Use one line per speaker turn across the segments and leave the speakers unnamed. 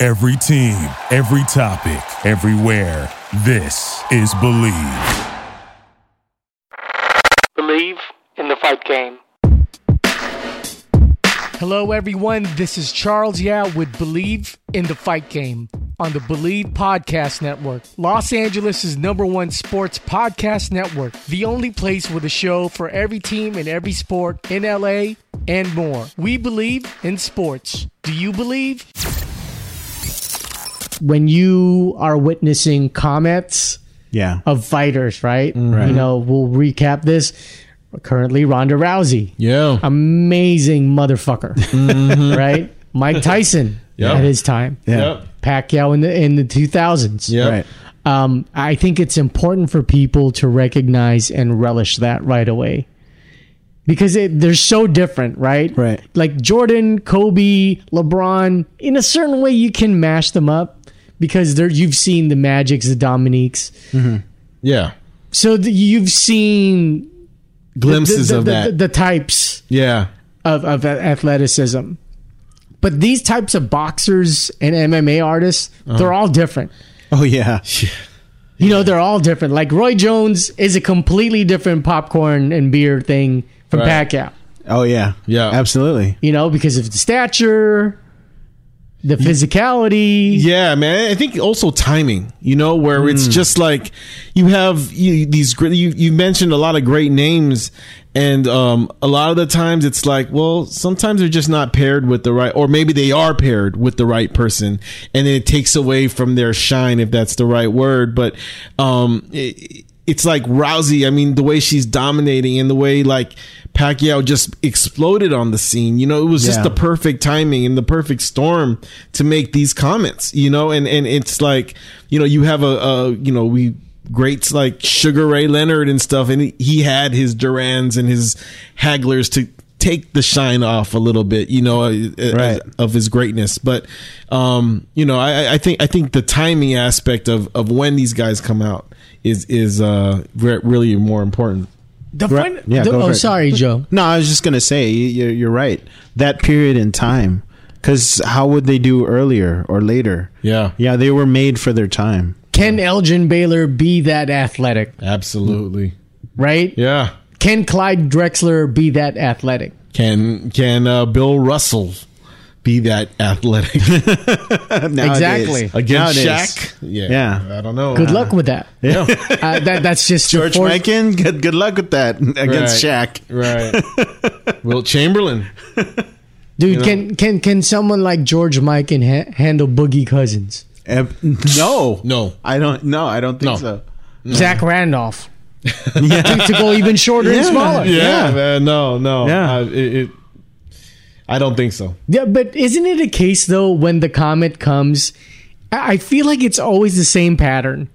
Every team, every topic, everywhere. This is Believe.
Believe in the fight game.
Hello, everyone. This is Charles Yao with Believe in the Fight Game on the Believe Podcast Network, Los Angeles' number one sports podcast network, the only place with a show for every team and every sport in LA and more. We believe in sports. Do you believe? When you are witnessing comments,
Yeah.
of fighters, right? You know, we'll recap this. Currently, Ronda Rousey.
Yeah.
Amazing motherfucker, right? Mike Tyson
Yeah.
at his time.
Mm-hmm. Yeah.
Pacquiao in the in the 2000s.
Yep.
Right.
Um, I think it's important for people to recognize and relish that right away. Because it, they're so different, right?
Right.
Like Jordan, Kobe, LeBron, in a certain way, you can mash them up because they're, you've seen the Magics, the Dominiques,
Yeah.
so the, you've seen
Glimpses
the, the-
of
the-
that.
the, types
yeah.
of, of athleticism but these types of boxers and mma artists
Uh-huh.
they're all different
Oh yeah.
you know they're all different like roy jones is a completely different popcorn and beer thing from
Right.
pacquiao
Oh yeah.
Yeah.
Absolutely.
you know because of the stature the physicality
Yeah, man. I think also timing, you know, where it's
Hmm.
just like you have you, these great, you, you mentioned a lot of great names. And um, a lot of the times it's like, well, sometimes they're just not paired with the right, or maybe they are paired with the right person. And then it takes away from their shine, if that's the right word. But um, it, it's like Rousey. I mean, the way she's dominating and the way like Pacquiao just exploded on the scene, you know, it was just
Yeah.
the perfect timing and the perfect storm to make these comments, you know, and and it's like, you know, you have a, a you know, we greats like Sugar Ray Leonard and stuff, and he had his Durans and his hagglers to take the shine off a little bit, you know, uh,
Right.
of his greatness. But um, you know, I, I think I think the timing aspect of of when these guys come out is is uh re- really more important.
the
Right.
fin-
Yeah,
the-
go
oh
for it.
sorry joe
No, I was just gonna say you- you're, you're right. That period in time, because how would they do earlier or later?
Yeah.
Yeah, they were made for their time.
can elgin baylor be that athletic
Absolutely.
right
Yeah.
can clyde drexler be that athletic
Can can uh, Bill Russell be that athletic
Exactly.
against
Nowadays.
Shaq?
Yeah.
I don't know.
Good luck with that.
Yeah.
Uh, that that's just the
George
force-
Mikan, good, good luck with that against Shaq.
Right. Will Chamberlain.
dude. Can can can someone like George Mike and ha- handle Boogie Cousins,
Em- no,
No.
I don't. No, I don't think
No.
so.
Zach Randolph? to, to go even shorter and
Yeah.
smaller. Yeah.
Yeah,
Yeah.
man. No, no.
Yeah.
I, it, it, I don't think so.
but isn't it a case though when the comment comes? I I feel like it's always the same pattern.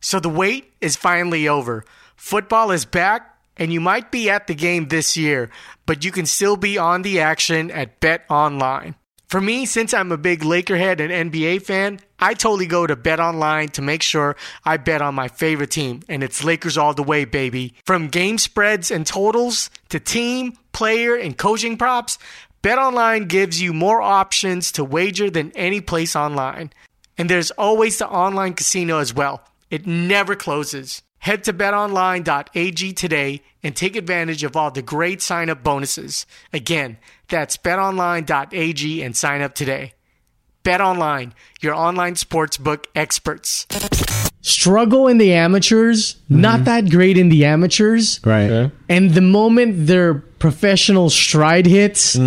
So the wait is finally over. Football is back, and you might be at the game this year, but you can still be on the action at Bet Online. For me, since I'm a big Lakerhead and NBA fan, I totally go to Bet Online to make sure I bet on my favorite team, and it's Lakers all the way, baby. From game spreads and totals to team, player, and coaching props, BetOnline gives you more options to wager than any place online. And there's always the online casino as well. It never closes. Head to betonline.ag today and take advantage of all the great sign up bonuses. Again, that's betonline.ag and sign up today. BetOnline, your online sportsbook experts. Struggle in the amateurs, not that great in the amateurs.
Right.
And the moment their professional stride hits,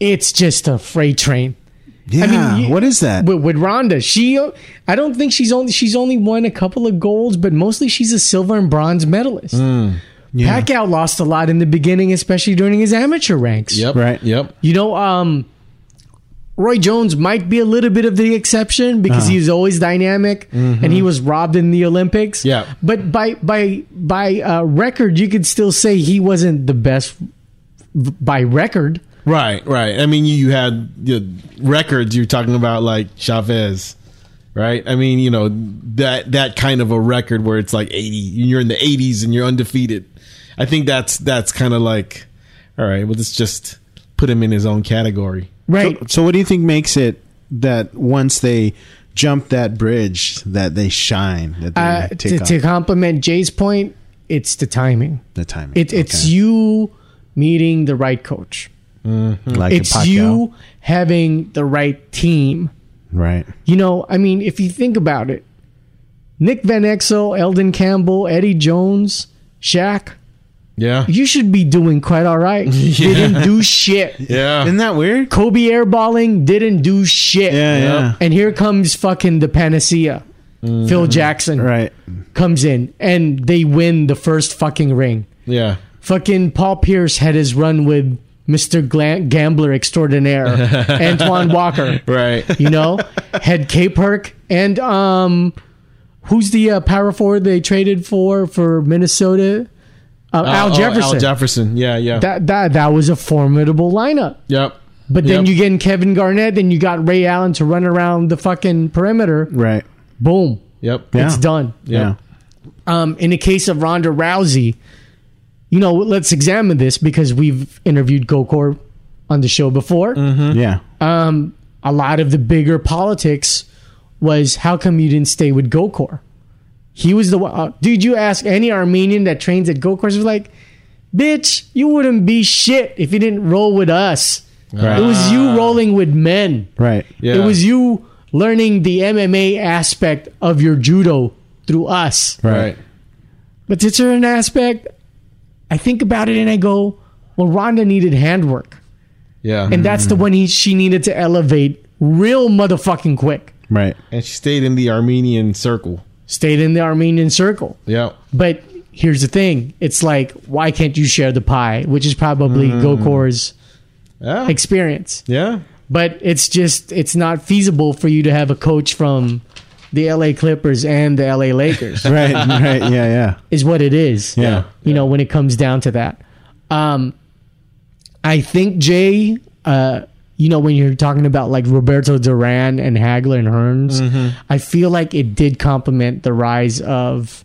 it's just a freight train.
Yeah.
you-
what is that?
With, with Rhonda, she uh, I don't think she's only she's only won a couple of golds, but mostly she's a silver and bronze medalist.
Hmm,
Pacquiao lost a lot in the beginning, especially during his amateur ranks.
Right.
Yep.
You know, um, Roy Jones might be a little bit of the exception
Uh-huh.
because he's always dynamic
Mm-hmm.
and he was robbed in the Olympics.
Yeah.
But by by by uh, record, you could still say he wasn't the best v- by record.
Right, right. I mean, you, you had the records. You're talking about like Chavez, right? I mean, you know that that kind of a record where it's like 80. You're in the 80s and you're undefeated. I think that's that's kind of like, all right. Well, let's just put him in his own category.
Right.
So, what do you think makes it that once they jump that bridge, that they shine, that they
uh,
take
to,
off
to complement Jay's point, it's the timing.
the timing?
It, it's
Okay.
you meeting the right coach.
like a
it's
Pacquiao.
you having the right team.
right?
You know, I mean, if you think about it, Nick Van Exel, Eldon Campbell, Eddie Jones, Shaq,
Yeah,
you should be doing quite all right. They didn't do shit.
yeah.
Isn't that weird?
Kobe airballing didn't do shit.
Yeah, yeah,
And here comes fucking the panacea. Phil Jackson
Mm-hmm. right.
comes in and they win the first fucking ring.
Yeah,
fucking Paul Pierce had his run with Mr. Gla- Gambler Extraordinaire, Antoine Walker.
right. Oh,
You know, had K Perk and um, who's the uh, power forward they traded for for Minnesota? Uh, Al
Oh,
Jefferson.
Al Jefferson. Yeah, yeah.
that that that was a formidable lineup.
yep.
But then
Yep.
you get in Kevin Garnett, then you got Ray Allen to run around the fucking perimeter.
Right.
Boom,
Yep.
Yeah.
it's done.
Yeah.
Um, in the case of Ronda Rousey, you know, let's examine this because we've interviewed Gokor on the show before.
Yeah.
A lot of the bigger politics was how come you didn't stay with Gokor? He was the one. Uh, dude, you ask any Armenian that trains at Gokor's, was like, bitch, you wouldn't be shit if you didn't roll with us.
Right.
It was you rolling with men.
Right.
Yeah.
It was you learning the MMA aspect of your judo through us.
right.
But it's an aspect. I think about it and I go, well, Rhonda needed handwork,
Yeah.
and
And,
that's the one he, she needed to elevate real motherfucking quick.
Right.
she stayed in the Armenian circle.
Stayed in the Armenian circle,
Yep.
but here's the thing: it's like, why can't you share the pie? Which is probably Gokor's
Yeah.
experience,
yeah.
but it's just it's not feasible for you to have a coach from the LA Clippers and the LA Lakers,
Right. Right. Yeah. Yeah.
is what it is.
Yeah.
you know when it comes down to that um i think jay uh you know when you're talking about like roberto duran and hagler and hearns
Mm-hmm.
i feel like it did complement the rise of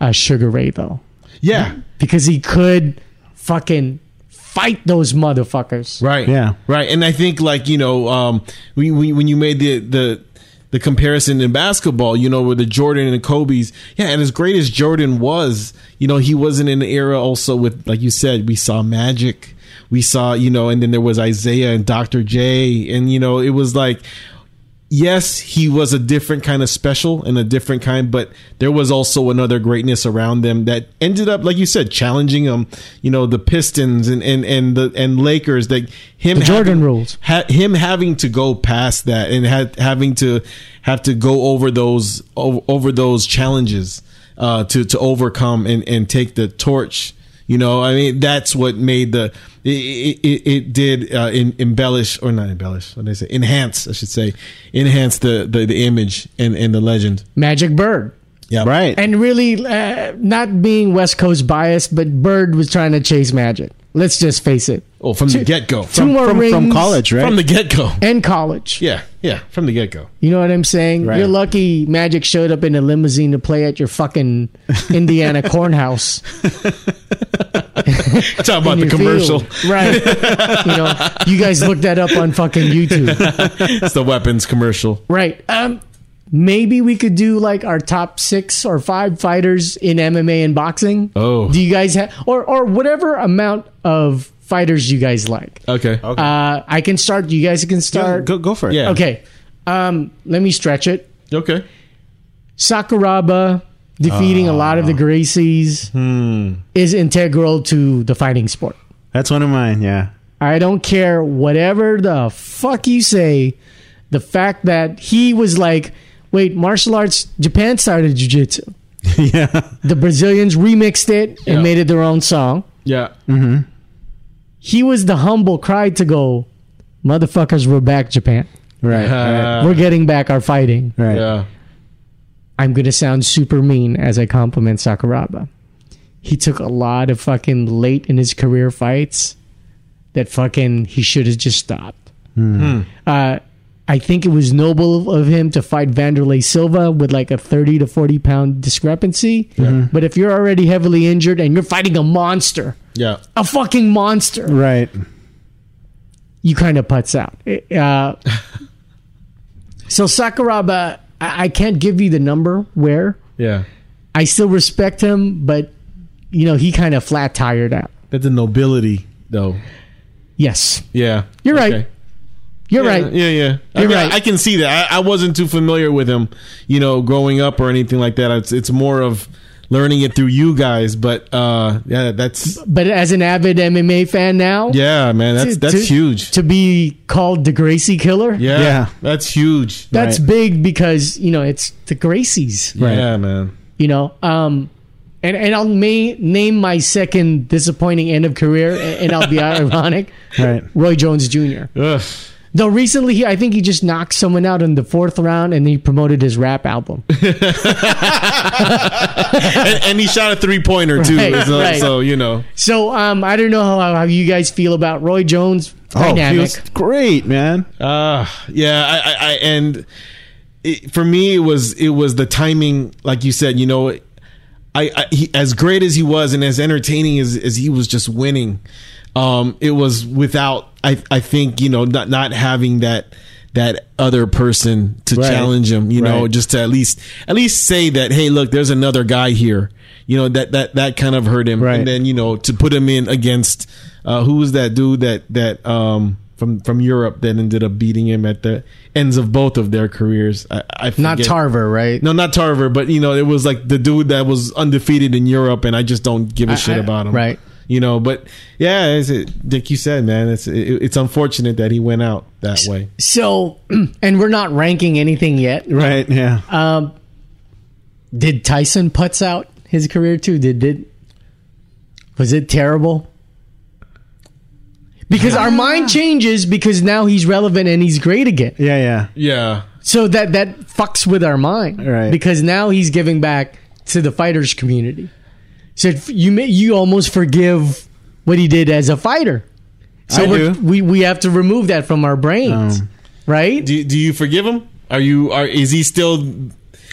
uh, sugar ray though
Yeah.
because he could fucking fight those motherfuckers
Right.
Yeah.
Right. And I think like, you know, um we, we when you made the the the comparison in basketball, you know, with the Jordan and the Kobe's, yeah, and as great as Jordan was, you know, he wasn't in an era also with like you said, we saw magic. We saw, you know, and then there was Isaiah and Dr. J and you know, it was like yes, he was a different kind of special and a different kind, but there was also another greatness around them that ended up, like you said, challenging him. You know, the Pistons and and and the and Lakers, like him,
The Jordan
having-
rules.
ha- him having to go past that and ha- having to have to go over those over, over those challenges uh, to to overcome and and take the torch. You know, I mean, that's what made the it it, it- it did uh, in, embellish or not embellish. What did I say? Enhance, I should say, enhance the the, the image and and the legend.
magic bird
Yeah,
Right.
and really uh, not being west coast biased but bird was trying to chase magic let's just face it
Oh, from the get go,
two
from,
more
from,
rings
from college, right?
from the get go.
and college
Yeah, yeah, from the get go.
You know what I'm saying? You're lucky Magic showed up in a limousine to play at your fucking Indiana cornhouse.
Talking about
in
the
your
commercial,
field. Right. you know, you guys look that up on fucking YouTube.
it's the weapons commercial.
Right. Um maybe we could do like our top 6 or 5 fighters in MMA and boxing.
Oh.
Do you guys have or or whatever amount of fighters you guys like?
Okay,
Uh I can start, you guys can start.
go go for it.
yeah,
Okay. Um let me stretch it.
okay.
Sakuraba defeating a lot of
Ah.
the Gracies
Hmm.
is integral to the fighting sport.
That's one of mine. Yeah.
I don't care whatever the fuck you say. The fact that he was like, wait, martial arts, Japan started jujitsu.
yeah.
The Brazilians remixed it and
Yeah.
made it their own song.
Yeah,
He was the humble cry to go, motherfuckers, we're back, Japan.
Right.
Uh,
we're getting back our fighting.
right. right.
yeah.
I'm going to sound super mean as I compliment Sakuraba. He took a lot of fucking late in his career fights that fucking he should have just stopped. Uh, I think it was noble of him to fight Vanderlei Silva with like a 30 to 40 pound discrepancy. But if you're already heavily injured and you're fighting a monster,
Yeah.
a fucking monster,
Right.
you kind of putz out. Uh, so Sakuraba, I-, I can't give you the number where.
Yeah.
I still respect him, but you know he kind of flat tired out.
That's a nobility, though.
Yes,
Yeah.
you're right.
Okay.
You're
Yeah,
right.
Yeah, yeah. I,
You're
mean,
right.
I can see that. I, I wasn't too familiar with him, you know, growing up or anything like that. It's, it's more of learning it through you guys. But uh, yeah, that's
But as an avid MMA fan now,
yeah, man. That's
to-
that's
to-
huge.
To be called the Gracie Killer,
yeah,
Yeah.
that's huge.
that's
Right.
big because you know it's the Gracies.
Yeah, man.
You know, um, and and I'll may, name my second disappointing end of career, a- and I'll be ironic.
Right.
Roy Jones Jr.
Ugh.
Though recently, he, I think he just knocked someone out in the fourth round, and he promoted his rap album.
And, and he shot a three pointer too.
Right,
so,
right.
so, you know,
So um, I don't know how, how you guys feel about Roy Jones
Oh, he
dynamic.
was great, man.
Uh, yeah, I, I, I and it, for me, it was it was the timing, like you said. You know, I, I he, as great as he was and as entertaining as, as he was, just winning. Um, it was without I I think you know not not having that that other person to
Right.
challenge him. You know,
Right.
just to at least at least say that hey, look, there's another guy here. You know that that that kind of hurt him.
Right.
And then you know to put him in against uh, who was that dude that that um from from Europe that ended up beating him at the ends of both of their careers. I, I
Not
forget.
Tarver, right?
No, not Tarver, but you know it was like the dude that was undefeated in Europe, and I just don't give a shit
I-
about him.
right.
You know, but yeah, as it, Dick, you said, man, it's it, it's unfortunate that he went out that way.
So, and we're not ranking anything yet.
Right. Yeah.
Did Tyson putz out his career too? Did did was it terrible? Because our mind changes because now he's relevant and he's great again.
yeah.
Yeah,
So that that fucks with our mind,
Right.
Because now he's giving back to the fighters community. So if you may, you almost forgive what he did as a fighter. So
I
we're-
do.
we we have to remove that from our brains, right?
do do you forgive him? Are you are is he still?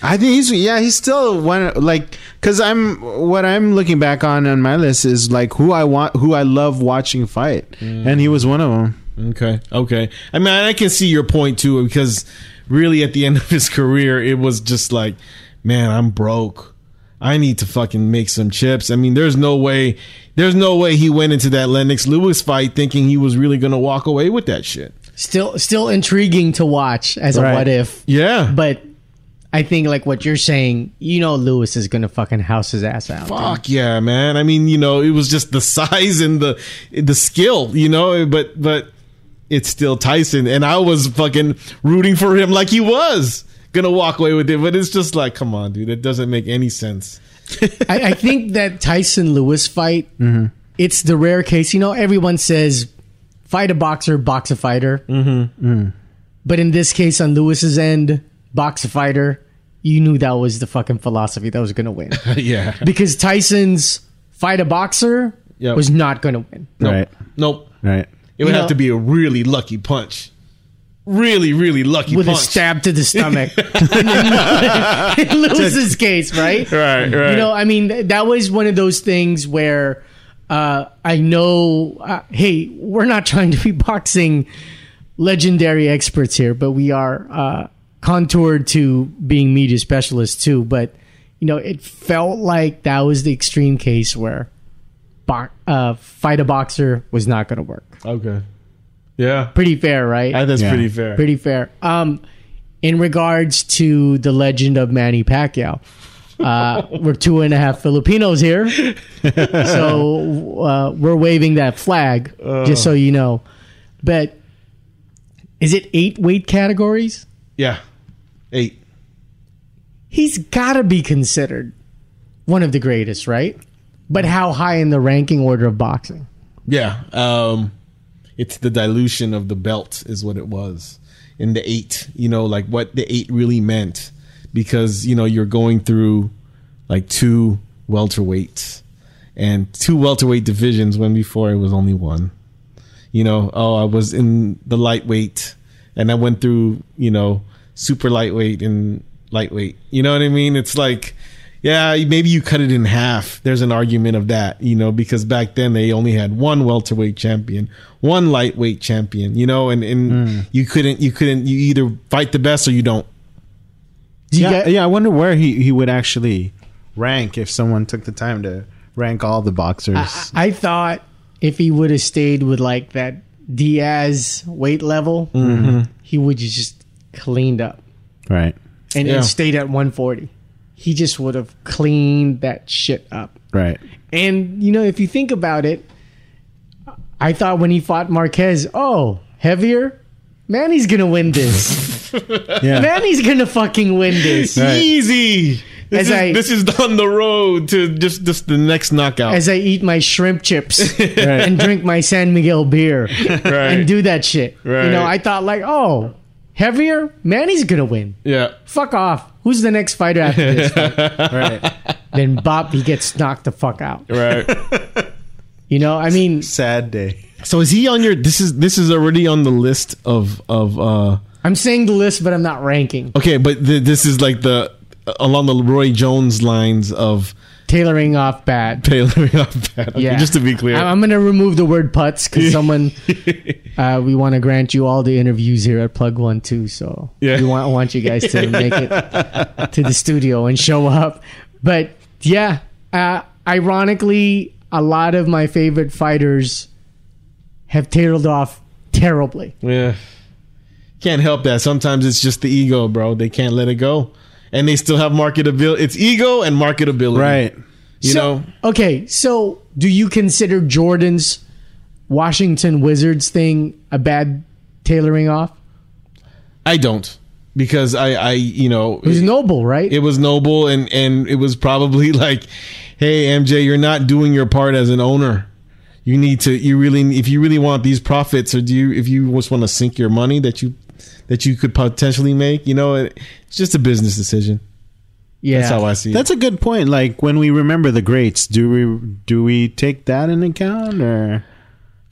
I think he's yeah he's still one like because I'm what I'm looking back on on my list is like who I want who I love watching fight and he was one of them
Okay. Okay. I mean, I can see your point too, because really at the end of his career, it was just like, man, I'm broke. I need to fucking make some chips. I mean, there's no way, there's no way he went into that Lennox Lewis fight thinking he was really going to walk away with that shit.
Still still intriguing to watch as
Right.
a what if,
Yeah.
but I think like what you're saying, you know, Lewis is gonna fucking house his ass out.
Fuck yeah, man. I mean, you know, it was just the size and the the skill, you know, but but it's still Tyson and I was fucking rooting for him like he was gonna walk away with it. But it's just like, come on, dude, it doesn't make any sense.
I, I think that Tyson Lewis fight, it's the rare case. You know, everyone says fight a boxer, box a fighter. Mm-hmm. But in this case, on Lewis's end, box a fighter, you knew that was the fucking philosophy that was going to win.
yeah.
because Tyson's fight a boxer
Yep.
was not going to win.
right
Nope.
right
It would
You
have
know-
to be a really lucky punch. Really, really lucky
With
punch.
a stab to the stomach. in Lewis's case, right?
Right, right.
You know, I mean, th- that was one of those things where uh, I know, uh, hey, we're not trying to be boxing legendary experts here, but we are uh, contoured to being media specialists too. But, you know, it felt like that was the extreme case where bo- uh, fight a boxer was not going to work.
okay. Yeah.
Pretty fair, right?
I- That's
Yeah.
pretty fair.
Pretty fair. Um, in regards to the legend of Manny Pacquiao, uh, we're two and a half Filipinos here, so uh, we're waving that flag just
Oh.
so you know. But is it eight weight categories?
yeah. Eight.
He's got to be considered one of the greatest, right? But how high in the ranking order of boxing?
Yeah. Um It's the dilution of the belt is what it was in the eight. You know, like what the eight really meant because you know you're going through like two welterweights and two welterweight divisions when before it was only one. You know, oh, I was in the lightweight and I went through, you know, super lightweight and lightweight. You know what I mean? It's like, yeah, maybe you cut it in half. There's an argument of that, you know, because back then they only had one welterweight champion, one lightweight champion, you know, and, and
Hmm.
you couldn't, you couldn't, you either fight the best or you don't.
yeah, yeah. I wonder where he, he would actually rank if someone took the time to rank all the boxers.
I thought if he would have stayed with like that Diaz weight level,
Mm-hmm.
he would have just cleaned up
right,
and,
Yeah.
and stayed at 140. He just would have cleaned that shit up.
right.
And you know, if you think about it, I thought when he fought Marquez, oh, heavier, Manny's gonna win this.
Yeah.
Manny's gonna fucking win this.
Right.
Easy. This
As
is,
I-
this is on the road to just, just the next knockout.
As I eat my shrimp chips and drink my San Miguel beer and do that shit. You know,
Right.
I thought like, oh, heavier, Manny's gonna win.
yeah.
Fuck off. Who's the next fighter after this? Fight? Then Bob, he gets knocked the fuck out.
Right.
You know, I mean,
Sad day.
So is he on your? This is this is already on the list of of. uh
I'm saying the list, but I'm not ranking,
Okay, but th- this is like the uh, along the Roy Jones lines of
tailoring off bad.
tailoring up that. Okay,
Yeah.
just to be clear.
I- I'm going to remove the word putts because someone, uh, we want to grant you all the interviews here at Plug One too. So
Yeah.
we want, want you guys to make it to the studio and show up. But yeah, uh, ironically, a lot of my favorite fighters have tailed off terribly.
yeah, can't help that. Sometimes it's just the ego, bro. They can't let it go, and they still have marketability. It's ego and marketability,
Right.
You
So-
know,
Okay, so do you consider Jordan's Washington Wizards thing a bad tailoring off?
I don't because I I you know
It was noble, right?
it was noble and and it was probably like hey mj you're not doing your part as an owner you need to you really if you really want these profits or do you if you just want to sink your money that you that you could potentially make you know it, it's just a business decision
yeah.
that's how i see it
That's a good point. Like when we remember the greats, do we do we take that in account or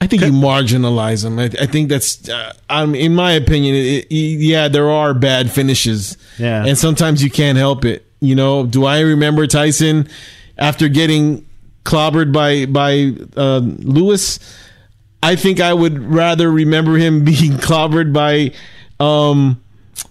i think you marginalize them i, I think that's uh, i'm in my opinion it, it, yeah there are bad finishes
Yeah.
and sometimes you can't help it you know do i remember tyson after getting clobbered by by uh, lewis I think I would rather remember him being clobbered by um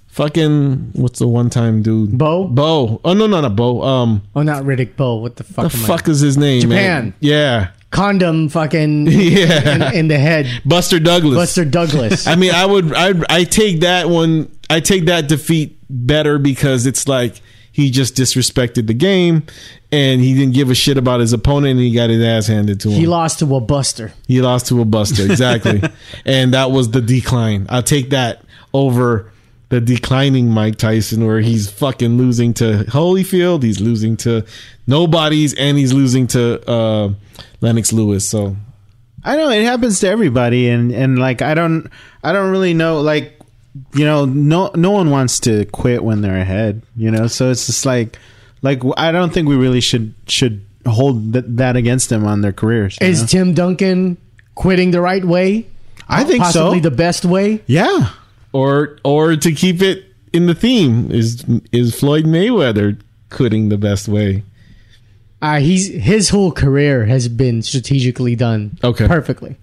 fucking what's the one time dude?
Bo?
Bo. Oh no, no, not Bo. Um
Oh, not Riddick Bowe. What the fuck?
the
am I-
fuck is his name?
Japan.
Man? Yeah.
Condom fucking in,
Yeah.
in the head.
Buster Douglas.
Buster Douglas.
I mean, I would I I take that one I take that defeat better because it's like he just disrespected the game and he didn't give a shit about his opponent and he got his ass handed to him.
he lost to a Buster.
He lost to a Buster, exactly. and that was the decline. I'll take that over the declining Mike Tyson, where he's fucking losing to Holyfield, he's losing to nobodies, and he's losing to uh, Lennox Lewis. So
I know it happens to everybody and and like I don't I don't really know like you know no no one wants to quit when they're ahead, you know? So it's just like like I don't think we really should should hold th- that against them on their careers. you
Is
know?
Tim Duncan quitting the right way?
I think so.
Possibly the best way?
yeah.
or or to keep it in the theme is is Floyd Mayweather quitting the best way?
Uh, he's His whole career has been strategically done
Okay.
perfectly.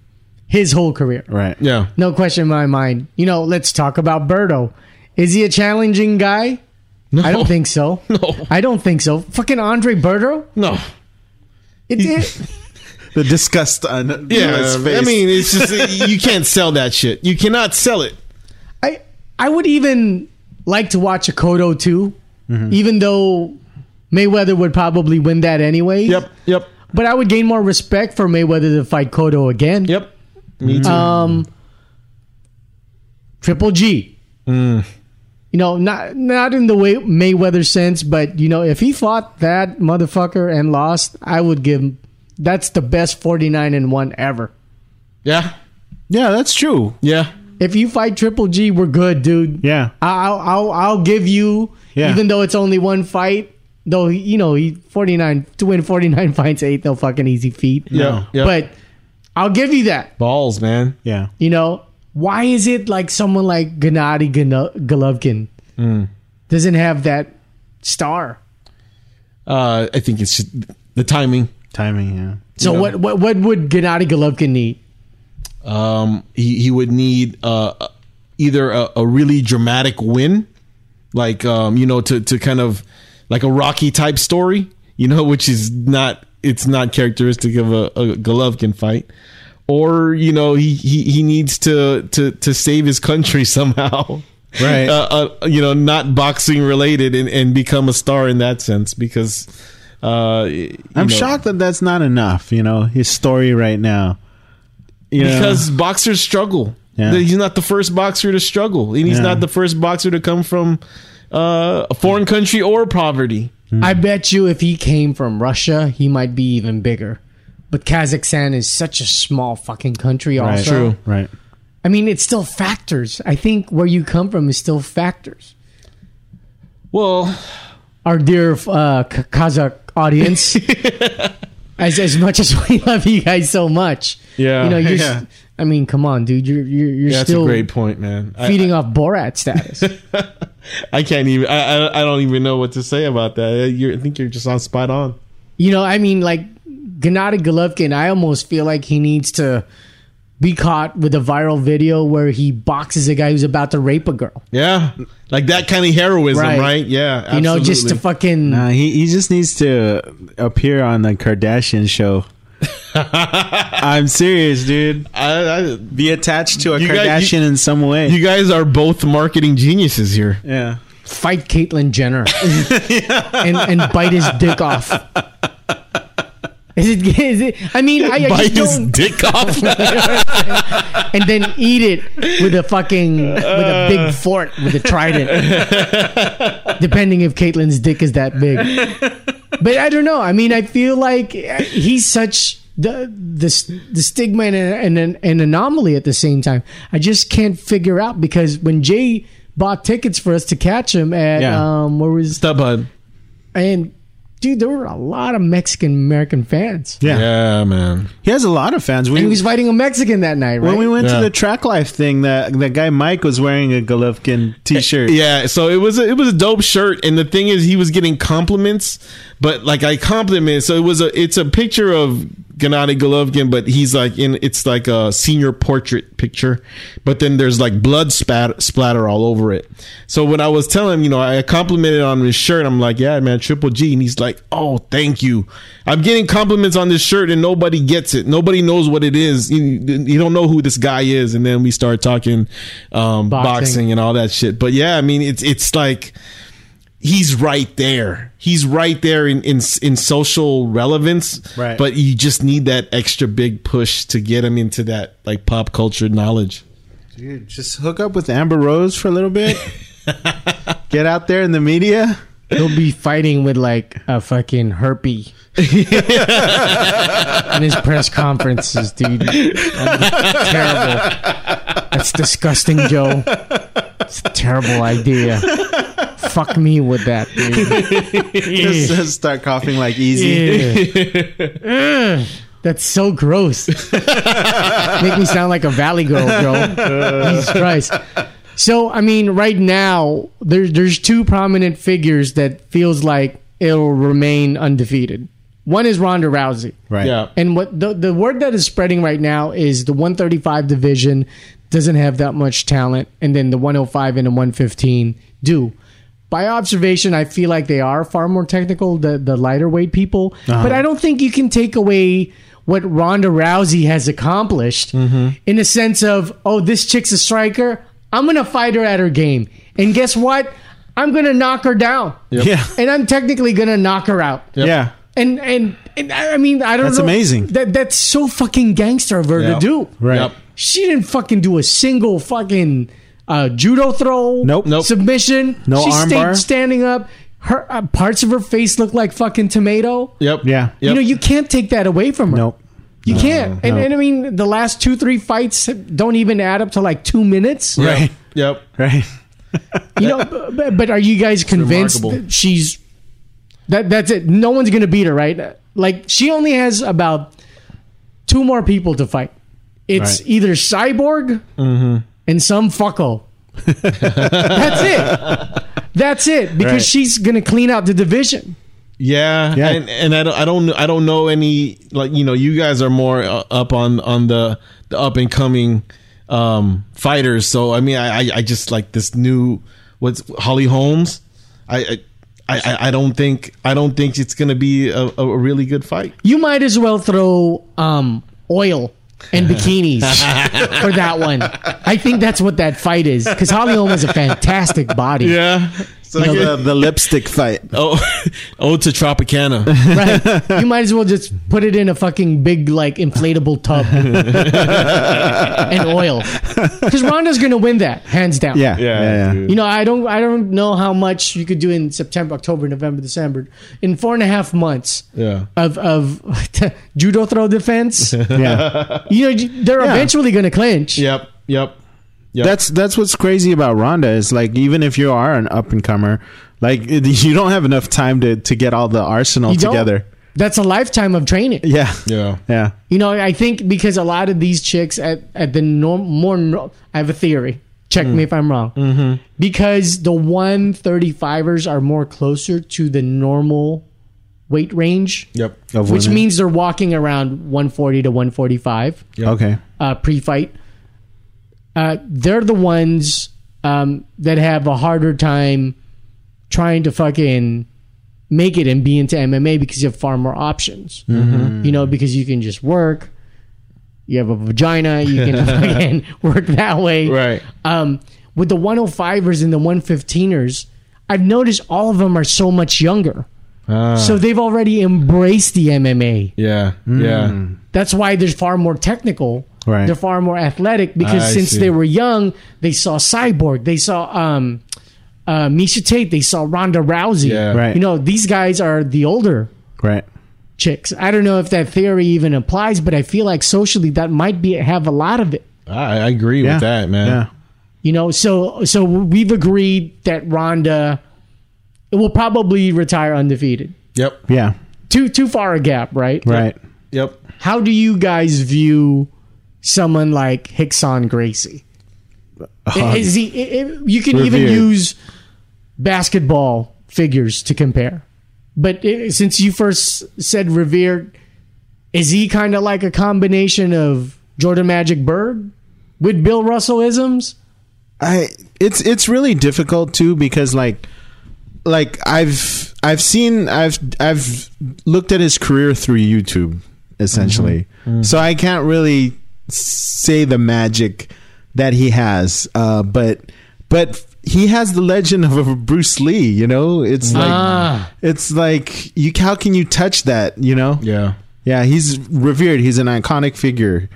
His whole career.
Right.
Yeah,
No question in my mind. You know, let's talk about Berto. Is he a challenging guy?
no,
I don't think so.
No.
I don't think so. Fucking Andre Berto?
no.
It, it,
The disgust on
Yeah, I mean, it's just you can't sell that shit. You cannot sell it.
I I would even like to watch a Kodo too,
Mm-hmm.
even though Mayweather would probably win that anyway.
Yep, yep,
But I would gain more respect for Mayweather to fight Kodo again.
yep. Mm. Me too.
Um, Triple G.
Mm.
You know, not not in the way Mayweather sense, but you know, if he fought that motherfucker and lost, I would give him. That's the best forty nine and one ever.
Yeah.
Yeah, that's true.
Yeah.
If you fight Triple G, we're good, dude.
Yeah.
I'll I'll I'll give you
Yeah.
even though it's only one fight. Though he- you know he forty nine to win forty nine fights ain't no fucking easy feat.
Yeah. yeah.
But I'll give you that.
balls, man.
Yeah.
You know why is it like someone like Gennady Gano- Golovkin
Hmm.
doesn't have that star?
Uh, I think it's just the timing.
Timing, yeah.
So what, what what would Gennady Golovkin need?
Um, he, he would need uh, either a, a really dramatic win, like um, you know, to to kind of like a Rocky type story, you know, which is not it's not characteristic of a, a Golovkin fight. Or you know he, he, he needs to, to to save his country somehow,
Right.
Uh, uh, you know, not boxing related, and, and become a star in that sense because uh, you
I'm
know,
shocked that that's not enough, you know, his story right now. You know?
because boxers struggle.
Yeah.
He's not the first boxer to struggle, and he's
Yeah.
not the first boxer to come from uh, a foreign country or poverty.
Hmm.
I bet you if he came from Russia, he might be even bigger. But Kazakhstan is such a small fucking country.
right.
Also,
Right.
I mean, it still factors. I think where you come from is still factors.
Well,
Our dear uh, K- Kazakh audience, as as much as we love you guys so much,
Yeah.
you know, you're,
Yeah.
I mean, come on, dude, you're you're, you're
that's
still
a great point, man. I-
feeding off Borat status.
I, I can't even. I, I I don't even know what to say about that. Uh, You're, I think you're just on spot on.
You know, I mean, like Gennady Golovkin, I almost feel like he needs to be caught with a viral video where he boxes a guy who's about to rape a girl.
Yeah, like that kind of heroism,
Right.
right? Yeah, absolutely.
You know, just to fucking.
Uh, he he just needs to appear on the Kardashian show. I'm serious, dude.
I, I,
Be attached to a
You
Kardashian
guys- you-
in some way.
you guys are both marketing geniuses here.
yeah.
fight Caitlyn Jenner and, and bite his dick off. Is it, is it? I mean, I, I
Bite
just
his
don't.
dick off.
And then eat it with a fucking with a big fork with a trident. Depending if Caitlyn's dick is that big. But I don't know. I mean, I feel like he's such the the the stigma and an, and an anomaly at the same time. I just can't figure out because when Jay bought tickets for us to catch him at
Yeah.
um where was
StubHub.
and dude, there were a lot of Mexican American fans.
yeah,
Yeah, man.
He has a lot of fans. We,
And he was fighting a Mexican that night, right?
when we went
Yeah.
to the track life thing, that that guy Mike was wearing a Golovkin T-shirt.
Yeah, so it was a, it was a dope shirt, and the thing is, he was getting compliments, but like I compliment, so it was a it's a picture of Gennady Golovkin, but he's like in it's like a senior portrait picture, but then there's like blood spat, splatter all over it. So when I was telling him, you know, I complimented on his shirt, I'm like, yeah, man, Triple G, and he's like, oh, thank you. I'm getting compliments on this shirt, and nobody gets it. Nobody knows what it is. You, you don't know who this guy is, and then we start talking um,
Boxing.
boxing and all that shit. But yeah, I mean, it's it's like he's right there. He's right there in in, in social relevance.
Right.
But you just need that extra big push to get him into that like pop culture knowledge.
Dude, just hook up with Amber Rose for a little bit. Get out there in the media.
He'll be fighting with like a fucking herpy in his press conferences, dude. That'd be terrible. That's disgusting, Joe. It's a terrible idea. Fuck me with that, dude.
Just, just start coughing like easy.
Ugh. That's so gross. Make me sound like a valley girl, bro. Jesus Christ. So I mean, right now there's there's two prominent figures that feels like it'll remain undefeated. One is Ronda Rousey,
Right.
Yeah.
and what the the word that is spreading right now is the 135 division doesn't have that much talent, and then the 105 and the 115 do. By observation, I feel like they are far more technical, the the lighter weight people. But I don't think you can take away what Ronda Rousey has accomplished in the sense of, oh, this chick's a striker. I'm gonna fight her at her game, and guess what? I'm gonna knock her down,
Yeah.
and I'm technically gonna knock her out.
Yeah.
And and, and I I mean I don't
That's
know.
amazing.
That that's so fucking gangster of her
Yeah.
to do.
Right.
Yep.
She didn't fucking do a single fucking uh, judo throw.
Nope. Nope.
Submission.
No
She
arm
stayed
bar.
standing up. Her uh, parts of her face look like fucking tomato.
Yep.
Yeah.
Yep.
You know you can't take that away from her.
Nope.
You can't. and,
no.
and I mean, the last two, three fights don't even add up to like two minutes.
Right.
Yep.
Right.
You know, but, but are you guys convinced
remarkable.
that she's that? That's it. No one's gonna beat her, right? Like she only has about two more people to fight. It's
Right.
either Cyborg and some fucko. that's it. That's it. Because
Right.
she's gonna clean out the division.
Yeah,
Yeah.
and, and I don't, I don't, I don't know any like you know. You guys are more uh, up on on the the up and coming um fighters. So I mean, I I, I just like this new what's Holly Holmes. I. I I, I- I don't think I don't think it's gonna be a, a really good fight.
You might as well throw um, oil and bikinis for that one. I think that's what that fight is. Because Holly Holm has a fantastic body.
Yeah. So
Like the, the lipstick fight.
oh, ode to Tropicana.
Right? You might as well just put it in a fucking big, like, inflatable tub and oil. Because Ronda's going to win that, hands down.
Yeah. Yeah. yeah.
You know, I don't, I don't know how much you could do in September, October, November, December. In four and a half months
Yeah.
of of judo throw defense, you
yeah.
know, they're
Yeah.
eventually going to clinch.
Yep. Yep.
That's that's what's crazy about Ronda is like even if you are an up and comer, like it- you don't have enough time to to get all the arsenal
You don't-
together.
That's a lifetime of training.
Yeah.
Yeah.
Yeah.
You know, I think because a lot of these chicks at, at the norm, more, nor- I have a theory. Check me if I'm wrong. Mm-hmm. Because the 135ers are more closer to the normal weight range,
Yep.
Of
which
women.
means they're walking around 140 to 145
okay.
uh, pre fight. Uh, they're the ones um, that have a harder time trying to fucking make it and be into MMA because you have far more options. You know, because you can just work. You have a vagina. You can fucking work that way.
Right.
Um, with the 105ers and the 115ers, I've noticed all of them are so much younger. so they've already embraced the MMA.
Yeah. Yeah.
That's why they're far more technical.
Right.
They're far more athletic because
I
since
see.
they were young, they saw Cyborg, they saw um, uh, Misha Tate, they saw Ronda Rousey.
Yeah.
Right.
You know, these guys are the older
Right.
chicks. I don't know if that theory even applies, but I feel like socially that might be have a lot of it.
I, I agree
Yeah.
with that, man.
You know, so so we've agreed that Ronda will probably retire undefeated.
Yep.
Yeah. Yeah.
Too too far a gap, right?
Right.
Yep.
How do you guys view someone like Hickson Gracie?
Uh,
Is he? i- i- You can even
Revered.
use basketball figures to compare, but i- since you first said revered, is he kind of like a combination of Jordan Magic Bird with Bill Russell isms?
I it's it's really difficult too because like like I've I've seen I've I've looked at his career through YouTube essentially. So I can't really say the magic that he has uh but but he has the legend of a Bruce Lee, you know? It's like
Ah.
it's like you how can you touch that, you know?
Yeah.
Yeah, he's revered. He's an iconic figure,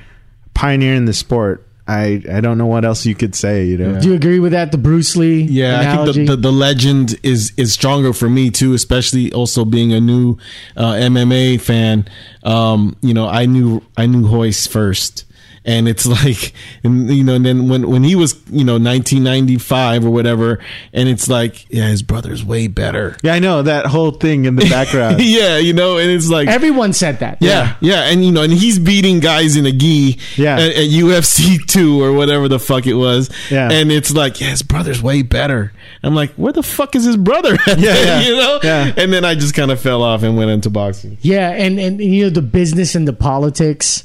pioneer in the sport. I I don't know what else you could say, you know.
Do you agree with that? The Bruce Lee.
Yeah, I
analogy?
think the, the, the legend is is stronger for me too, especially also being a new uh, MMA fan. Um, you know, I knew I knew Hoist first. And it's like, and, you know, and then when, when he was, you know, 1995 or whatever, and it's like, yeah, his brother's way better.
Yeah, I know that whole thing in the background.
yeah, you know, and it's like,
Everyone said that.
yeah, yeah, and you know, and he's beating guys in a gi,
Yeah.
at, at UFC two or whatever the fuck it was,
Yeah.
and it's like, yeah, his brother's way better. I'm like, where the fuck is his brother? at?
Yeah, yeah.
you know,
Yeah.
and then I just kind of fell off and went into boxing.
Yeah, and, and and, you know the business and the politics,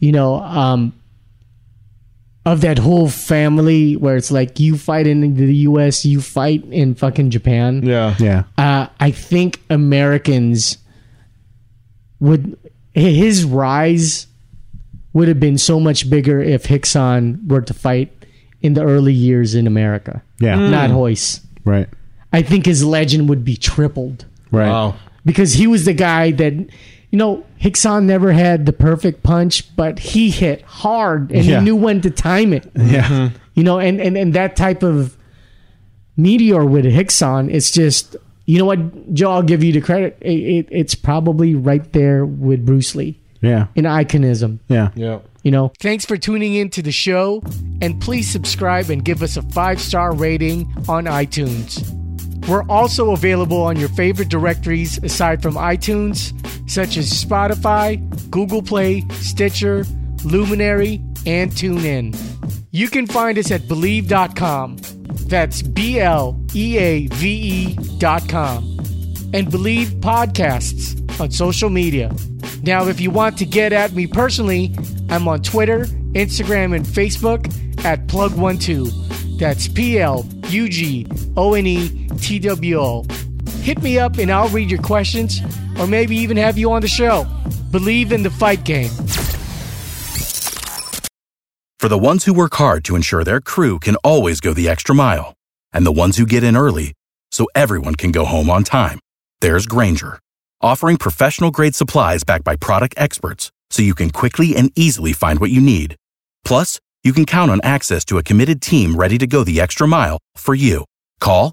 you know, um, of that whole family where it's like you fight in the U.S., you fight in fucking Japan.
Yeah,
yeah,
Uh, I think Americans would his rise would have been so much bigger if Hickson were to fight in the early years in America,
yeah,
not Hoist.
right,
I think his legend would be tripled
right,
wow,
because he was the guy that you know Hickson never had the perfect punch, but he hit hard and
Yeah.
he knew when to time it.
yeah,
You know, and and and that type of meteor with Hickson, it's just you know what, Joe, I'll give you the credit. It, it, it's probably right there with Bruce Lee.
Yeah.
and iconism.
Yeah.
Yeah.
You know. Thanks for tuning in to the show, and please subscribe and give us a five star rating on iTunes. We're also available on your favorite directories aside from iTunes, such as Spotify, Google Play, Stitcher, Luminary, and TuneIn. You can find us at Believe.com. That's B L E A V E.com. And Believe Podcasts on social media. Now, if you want to get at me personally, I'm on Twitter, Instagram, and Facebook at Plug12. That's P L U G O N E T W O. Hit me up and I'll read your questions or maybe even have you on the show. Believe in the fight game.
For the ones who work hard to ensure their crew can always go the extra mile, and the ones who get in early so everyone can go home on time, there's Granger, offering professional grade supplies backed by product experts so you can quickly and easily find what you need. Plus, you can count on access to a committed team ready to go the extra mile for you. Call,